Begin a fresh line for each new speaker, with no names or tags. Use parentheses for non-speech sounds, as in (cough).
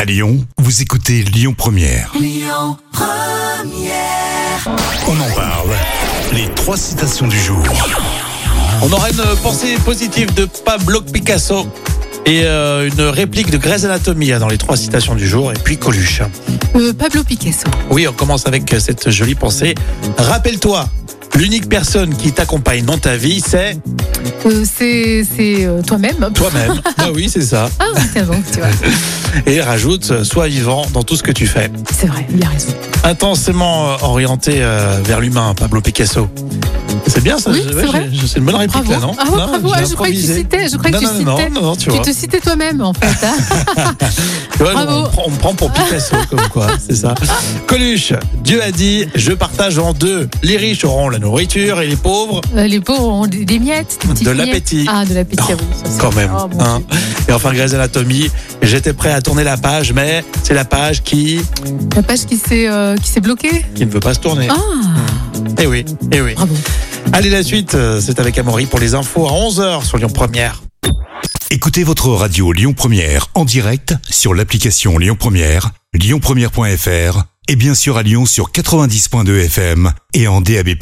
À Lyon, vous écoutez Lyon Première. On en parle. Les trois citations du jour.
On aura une pensée positive de Pablo Picasso et euh, une réplique de Grey's Anatomy hein, dans les trois citations du jour et puis Coluche.
Euh, Pablo Picasso.
Oui, on commence avec euh, cette jolie pensée. Rappelle-toi, l'unique personne qui t'accompagne dans ta vie, c'est
Euh, c'est c'est euh, toi-même. (laughs)
toi-même. bah oui, c'est ça.
Ah, c'est bon,
(laughs)
tu vois.
Et il rajoute, euh, sois vivant dans tout ce que tu fais.
C'est vrai, il a raison.
Intensément euh, orienté euh, vers l'humain, Pablo Picasso. C'est bien ça,
Oui,
je-
c'est
ouais,
vrai.
je- je- c'est une bonne réplique là,
Bravo.
non
ah ouais,
Non,
bravo.
j'ai
Ah, je croyais que tu
improvisé.
citais. Je croyais
non,
que tu
non, non,
citais.
non, non, tu
Tu
vois.
te citais toi-même, en fait.
(laughs)
hein.
Tu vois,
Bravo.
on, prend- on me prend pour Picasso, comme quoi, c'est ça. Coluche, Dieu a dit, je partage en deux. Les riches auront la nourriture et les pauvres,
Euh, Les pauvres ont des des miettes. des petites
De
miettes.
l'appétit.
Ah, de l'appétit, ah oui. ça, c'est
quand
vrai.
même.
Oh, mon
hein.
Dieu.
Et enfin, Grey's Anatomy, j'étais prêt à tourner la page, mais c'est la page qui,
La page qui s'est euh, qui s'est bloquée.
qui ne veut pas se tourner.
Ah,
Eh oui, eh oui.
bravo.
Allez, la suite, euh, c'est avec Amaury pour les infos à 11h sur Lyon Première.
Écoutez votre radio Lyon Première en direct sur l'application Lyon Première, lyonpremière.fr et bien sûr à Lyon sur 90.2 FM et en DAB+.